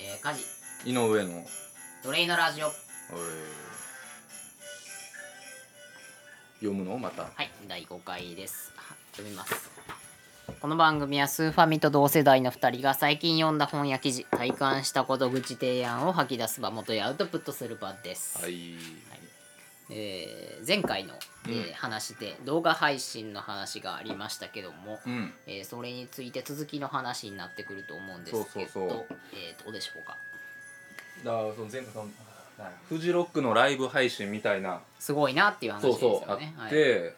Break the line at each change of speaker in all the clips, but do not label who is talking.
えー、家事
井上の
奴隷のラジオは
えー読むのまた
い第5回ですは読みますこの番組はスーファミと同世代の2人が最近読んだ本や記事体感したこと口提案を吐き出す場元へアウトプットする場です、
はい
えー前回の、えー
うん
話で動画配信の話がありましたけども、
うん
えーそれについて続きの話になってくると思うんですけど
そうそうそう
えーどうでしょうか
だからその前回そのフジロックのライブ配信みたいな
すごいなっていう話
そ
で
う
すよ
そうあっ
ね
て、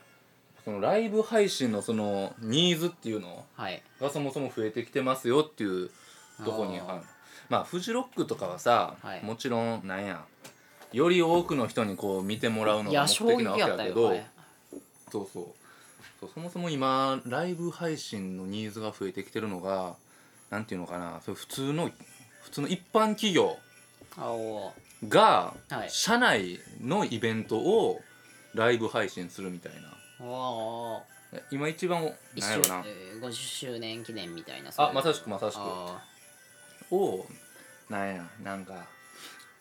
そのライブ配信のそのニーズっていうの
はい、はい
がそもそも増えてきてますよっていうとこに
あー
あまあフジロックとかはさ、
はい
もちろんなんやより多くの人にこう見てもらうの
い
が
や
目
衝
的
撃
なわけ
や
や
った
け
よ、
ど、
はい
そうそうそうそもそも今ライブ配信のニーズが増えてきてるのがなんていうのかなそれ普通の普通の一般企業
あおー
が
はい
社内のイベントをライブ配信するみたいな
おー
今一番
一
なん
周
やろな
えー50周年記念みたいな
まさしくまさしく
あ
をなんやなんか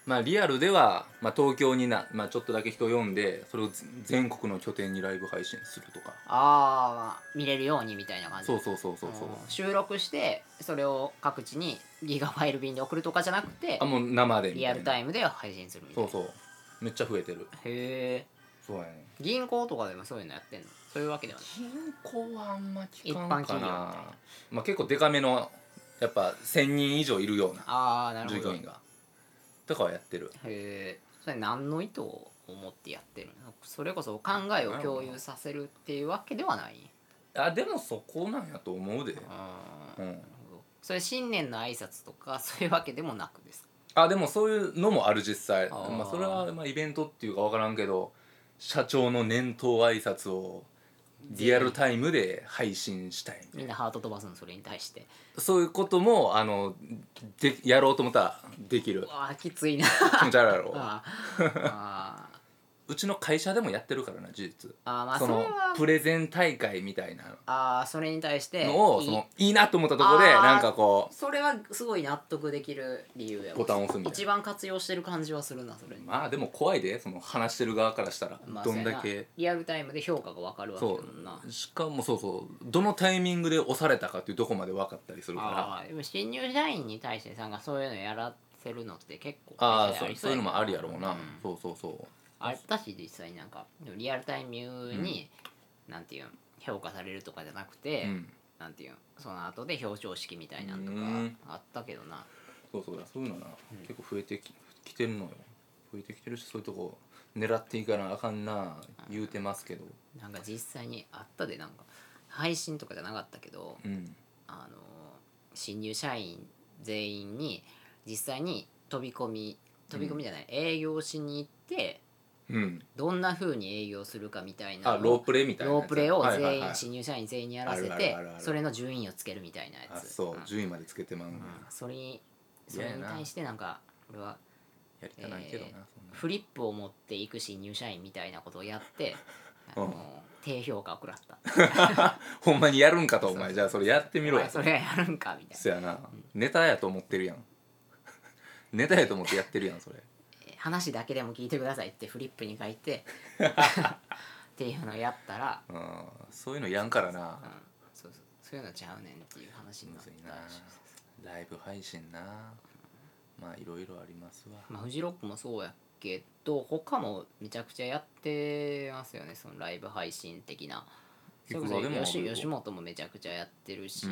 まあリアルでは、まあ、東京にな、まあ、ちょっとだけ人呼んでそれを全国の拠点にライブ配信するとか
ーあー見れるようにみたいな感じ
そうそうそうそうそう
うん収録してそれを各地にギガファイル便で送るとかじゃなくて
あもう生でみたい
リア
な
ルタイムで配信するみたい
そう
な
そうめっちゃ増えてる
へえ
そうやね
銀行とかでもそういうのやってんのそういうわけではない
銀行はあんま聞かん
一般
かな
企業みたいな
まあ、結構デカめのやっぱ1,000人以上いるような
ああなる
従
ほど
業員がとかはやってる
へえそれ何の意図を持ってやってるのそれこそ考えを共有させるっていうわけではない
あでもそこなんやと思うで、
あー
う
なる
ん、
ほどそれ新年の挨拶とか そういうわけでもなくですか
あでもそういうのもある実際
あー
まあ、それはまあイベントっていうか分からんけど社長の年頭挨拶をリアルタイムで配信したいみたい
みんなハート飛ばすのそれに対して
なそういうこともあのでやろうと思ったらできる
うわあきつい な
気持ち悪いやろ
あーあー
うちの会社でもやってるからな事実
あーまあそ
そ
れ
の
は
プレゼン大会みたいな
ああそれに対して
のを
いい
そのいいなと思ったところで
あー
なんかこ
それはすごい納得できる理由やわ
ボタンを押すみたいな
一番活用してる感じはするなそれ
う
に、
まあでも怖いでその話してる側からしたら
まあ
どんだ
そうやな
け
リアルタイムで評価が分かるわけだ
そ
もんな
うしかもそうそうどのタイミングで押されたかっていうどこまで分かったりするから
ああでも新入社員に対してさんがそういうのやらせるのって結構
ああ
会社
そ
で
う
り
そういうのもあるやろうな
うん
そうそうそう
あったし実際なんかリアルタイムに、なんていうん評価されるとかじゃなくて、
うん
なんていうんその後で表彰式みたいなんと
うん
かあったけどな
そうそうだそういうのな結構増えてききてるのよ増えてきてるしそういうとこ狙っていかなあかんな言うてますけど
なんか実際にあったでなんか配信とかじゃなかったけど、
うん
あの新入社員全員に実際に飛び込み飛び込みじゃない、営業しに行って
うん
どんな風に営業するかみたいな
あ
のを
ロープレイみたいな
ロ
や
ー
つ
プレイを
はいはい
全
は
員
い
新入社員全員にやらせ
あ
て
るあるあるある
それの順位をつけるみたいなや
あ
つ
そう
うん
順位までつけてまうね
うんそれにそ
嫌
れ
やな
に対してなんか俺は
やりたないけどな
えー
そんな
フリップを持っていく新入社員みたいなことをや ってあ
うん
の低評価を食らった
ほんまにやるんかとお
そうそ
前
う
じゃあそれやってみろ
お
や
前それやるんかみたいな
そやなネタやと思ってるやん ネタやと思ってやってるやんそれ
えー話だけでも聞いてくださいってフリップに書い てっていうのをやったら、
うんそういうのやんからな
うん、そうそうそういうのちゃうねんっていう話に
む
なった
ずい
り
な
し
ライブ配信なまあいろいろありますわ
まあ、フジロックもそうやけど他もめちゃくちゃやってますよねそのライブ配信的ないそれ
くら
こ
でも
そ
あるよ
吉吉本もめちゃくちゃやってるし、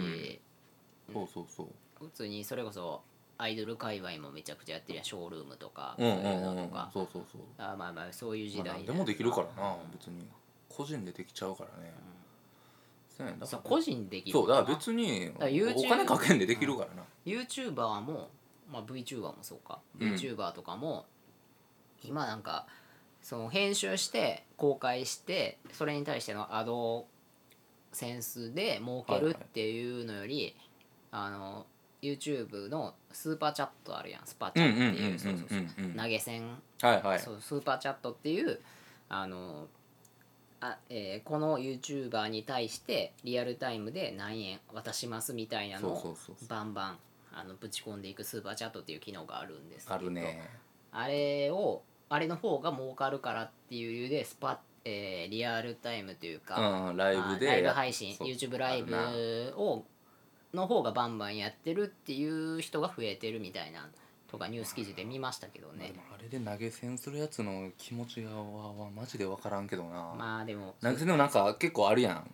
そうそうそう
普通にそれこそアイドル界隈もめちゃくちゃやってるやんショールームとか
うん
そううんいううん
う
の
ん
とか、
そうそうそう
あまあまあそういう時
まあ
代
何でもできるからな
うん
別に個人でできちゃうからねそうやねだか
そう
ら
個人できる
そうだから
な
別に
ら YouTube
お金かけんでできるからな
YouTuber も、まあ、VTuber もそうか、
うん
VTuber とかも今なんかその編集して公開してそれに対してのアドセンスで儲け
はい
る
はい
っていうのより、あの YouTube のスーパーチャットあるやんスパチャっていうそうそうそう
うんうんうんうん
投げ銭、
はいはい
そうスーパーチャットっていうあのあ、えーこの YouTuber に対してリアルタイムで何円渡しますみたいなのを
そうそうそうそう
バンバンあのぶち込んでいくスーパーチャットっていう機能があるんですけど
あるね
あれをあれの方が儲かるからっていう理由でスパッ、えーリアルタイムというか、
うんライブで
あライブ配信
そう
YouTube ライ
ある
ブをの方がバンバンやってるっていう人が増えてるみたいなとかニュース記事で見ましたけど
な
ね
でもあれで投げ銭するやつの気持ちがははマジで分からんけどな、
まあでも、
投げ銭でもなんか結構あるやん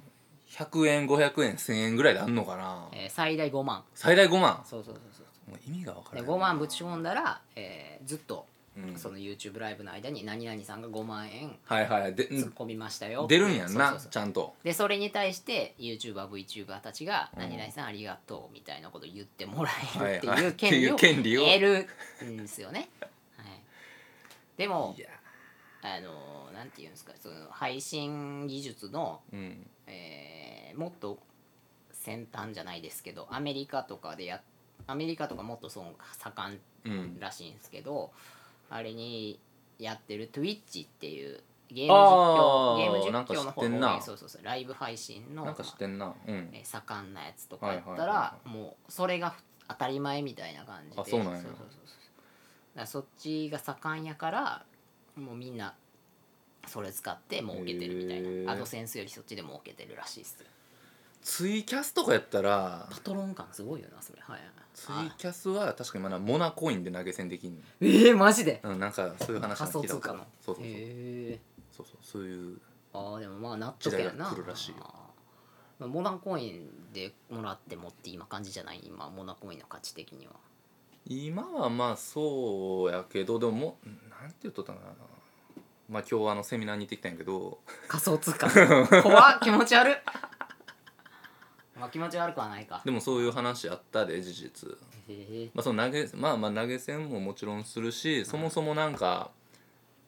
100円500円1000円ぐらいであんのかな、
えー最大5万
最大5万
そうそうそうそう
もう意味が分から
で
ん
5万ぶち込んだら、えーずっと
うん
その YouTube ライブの間に何々さんが5万円
はいはいで
突っ込みましたよ
出るんやんな
そうそうそう
ちゃんと
でそれに対して YouTuberVTuber たちが「何々さんありがとう」みたいなことを言ってもらえるって
はい
い
はいう
権利を
っていう権利を
得るんですよ ね。はい、でも
いや
あのなんていうんですかその配信技術の、
うん
えーもっと先端じゃないですけどアメリカとかでやアメリカとかもっとその盛ん
うん
らしいんですけどあれにやってる Twitch っていうゲーム実
あ
況
ー
ゲーム実
なんか知
況の
っ
方
てんな
そうそうそうライブ配信の
なんか知ってんなうん
えー盛んなやつとかやったら、
はいはいは
もうそれがふ当たり前みたいな感じで
あそうなんや
そうそうそうそうだからそっちが盛んやからもうみんなそれ使って儲けてるみたい
へー
なアドセンスよりそっちで儲けてるらしいっすよ
ツイキャスとかやったら
パトロン感すごいよなそれはい
ツイキャスは確かにまだモナコインで投げ銭できんねん
えー、マジで
うん、なんかそういう話
仮
は
想
聞いた
通
こと
貨
ある
の
そうそうそう
へえ
そうそうそういう
ああでもまあ納得や
時代が
な
来るらしいよ
まあモナコインでもらってもって今感じじゃない今モナコインの価値的には
今はまあそうやけどでももうなんて言っとったかなまあ今日あのセミナーに行ってきたんやけど
仮想通貨 怖っ気持ち悪っまあ気持ち悪くはないか
でもそういう話あったで事実、
へえ
まあ、その投げまあまあ投げ銭ももちろんするしそもそもなんか、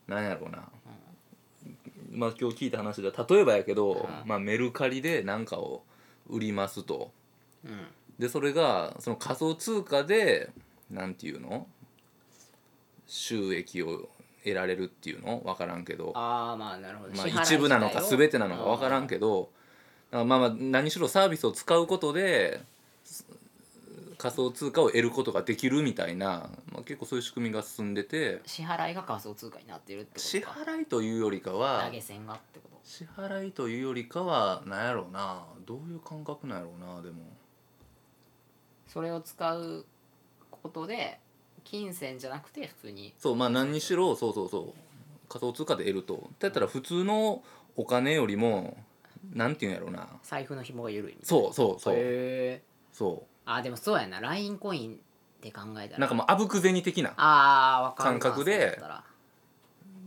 なんやろうな、まあ今日聞いた話では例えばやけど、
うん
まあ、メルカリで何かを売りますと
うん
でそれがその仮想通貨でなんていうの収益を得られるっていうの分からんけど
ああまあなるほど、
まあ、
支払い自体
一部なのか
を
全てなのか分からんけどまあまあ何しろサービスを使うことでそ仮想通貨を得ることができるみたいな、まあ、結構そういう仕組みが進んでて
支払いが仮想通貨になってるって
支
ことか
払いというよりかは
投げ銭がってこと
支払いというよりかはなんやろうなどういう感覚なんやろうなでも
それを使うことで金銭じゃなくて普通に
そうまあ何にしろそうそうそう仮想通貨で得るとだったら普通のお金よりもなんていうんやろうな
財布の紐が緩いみたいな
そうそうそう
へえ
そ
あーでもそうやな LINE コインって考えたら
うなんかもうあぶく銭的な
ああわかるな
感覚で
そうだったら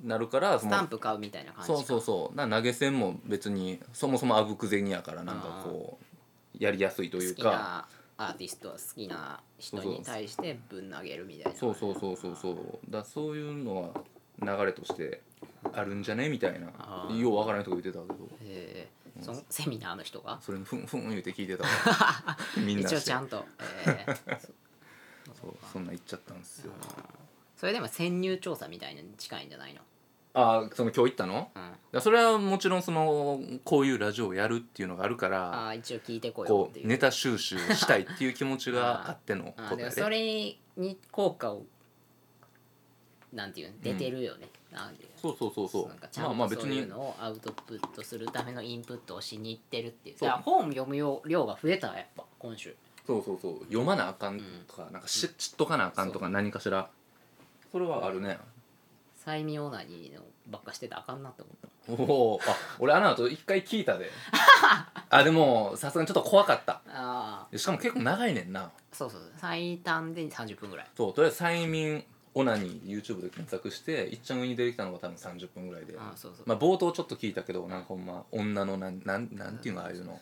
なるからそ
ス
の
タンプ買うみたいな感じか
そうそうそうな投げ銭も別にそもそもあぶく銭やからなんかこうやりやすいとい
好
う
き
か
なアーティスト好きな人に対してぶん投げるみたいな
そうそうそうそうそうだそういうのは流れとしてあるんじゃねみたい
あ
な
ー
ようわからないとこ言ってたけど
えーそのセミナーの人が
それにふんふん言うて聞 いてたわみんな
一応
して
ちゃんと、え ーそ
そうそんなん言っちゃったんですよ
それでも潜入調査みたいなのに近いんじゃないの、
あーその今日行ったの
うん、あ
だそれはもちろんそのこういうラジオをやるっていうのがあるから
ー一応聞いてこよう
こ
っていう
うネタ収集をしたいっていう気持 ちがあっての
あ
こ
ー
と
で
や
も
で
それに効果をなんていうの出てるよね、なんていうの
そうそうそうそう
なんかちゃ
まあ
ん
ま
と
あ別
そういう
に
のをアウトプットするためのインプットをしに行ってるっていう
そう
だから本読むよ量が増えたわやっぱ今週
そうそうそう読まなあかんとか、なんかし知っとかなあかんとか何かしらそれはあるね
催眠オナニーのばっかしてたらあかんなと思った
おおあ俺あの後一回聞い たであでもさすがにちょっと怖かった
あ
しかも結構長いねんな
あそうそうそう最短で30分ぐらい
そうとりあえず催眠オナニー YouTube で検索していっちゃん上に出てきたのが多分30分ぐらいで
ああそうそう、
まあ冒頭ちょっと聞いたけどなんかほんま女のなんなんなんていうのああいうの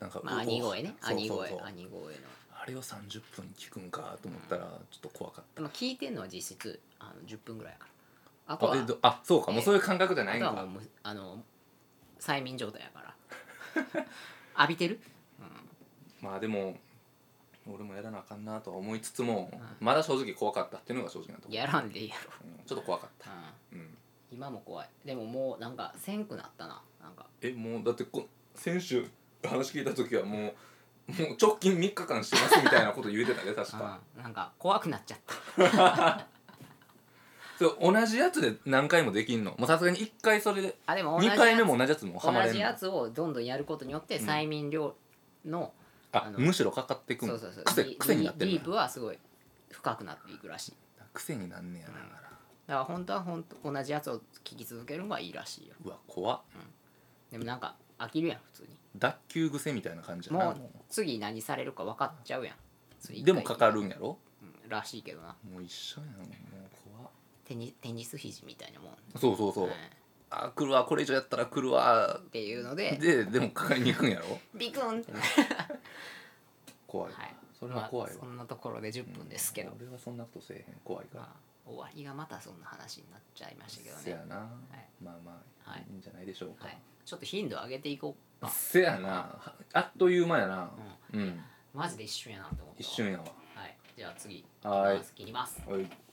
なんか、
まあ、兄声ね
そう
兄
そう
声
そう
兄声の
あれを30分聞くんかと思ったらちょっと怖かった
でも聞いてんのは実質あの10分ぐらいやからあとは
あえどあそうかもうそういう感覚じゃな
あ
いん
と
か
はもうむあの催眠状態やから 浴びてる
まあでも俺もやらなあかんなとは思いつつも、まだ正直怖かったっていうのが正直なところ、
やらんでいいやろ、
うんちょっと怖かった、
う
うん、
ん、今も怖いでももうなんかせんくなったななんか
えもうだってこ先週話聞いた時はもうもう直近3日間してますみたいなこと言うてたで 確か
うんなんか怖くなっちゃった
それ同じやつで何回もできんのもうさすがに1回それで
あでも同じ
2
やつ
回目も同じやつもハマれ
同
ん
じ
の
やつをどんどんやることによって
うん
催眠量の、あ
あ
の
むしろかかっていくん
そう
だ
そうそう
癖
ディ
癖になって
ディ
るん
ー
だ
プはすごい深くなっていくらしい
癖になんねやな
うんだから本当は本当同じやつを聞き続けるのがいいらしいよ
うわ怖っ
でもなんか飽きるやん普通に
脱臼癖みたいな感じやな
もう次何されるか分かっちゃうやんそれ一回
でもかかるんやろ
うんらしいけどな
もう一緒やんもう怖っ
テニテニス肘みたいなもん、
そうそうそう、
うん
あ来るわこれ以上やったら来るわ
っていうので
ででもかかりに行くんやろ
ビクンってな
怖い、
はい
それは怖いわ、
まあそんなところで10分ですけど、
うん俺はそんなことせえへん怖いから、
まあ、終わりがまたそんな話になっちゃいましたけど
せや
ね、
な、
い
まあまあ、
はい
い、いんじゃないでしょうか、
はい、ちょっと頻度上げていこうか
せやなあっという間やなうん、
マジで一瞬やなと思ったわ
一瞬やわ
はいじゃあ次
はーい
切ります切ります
はい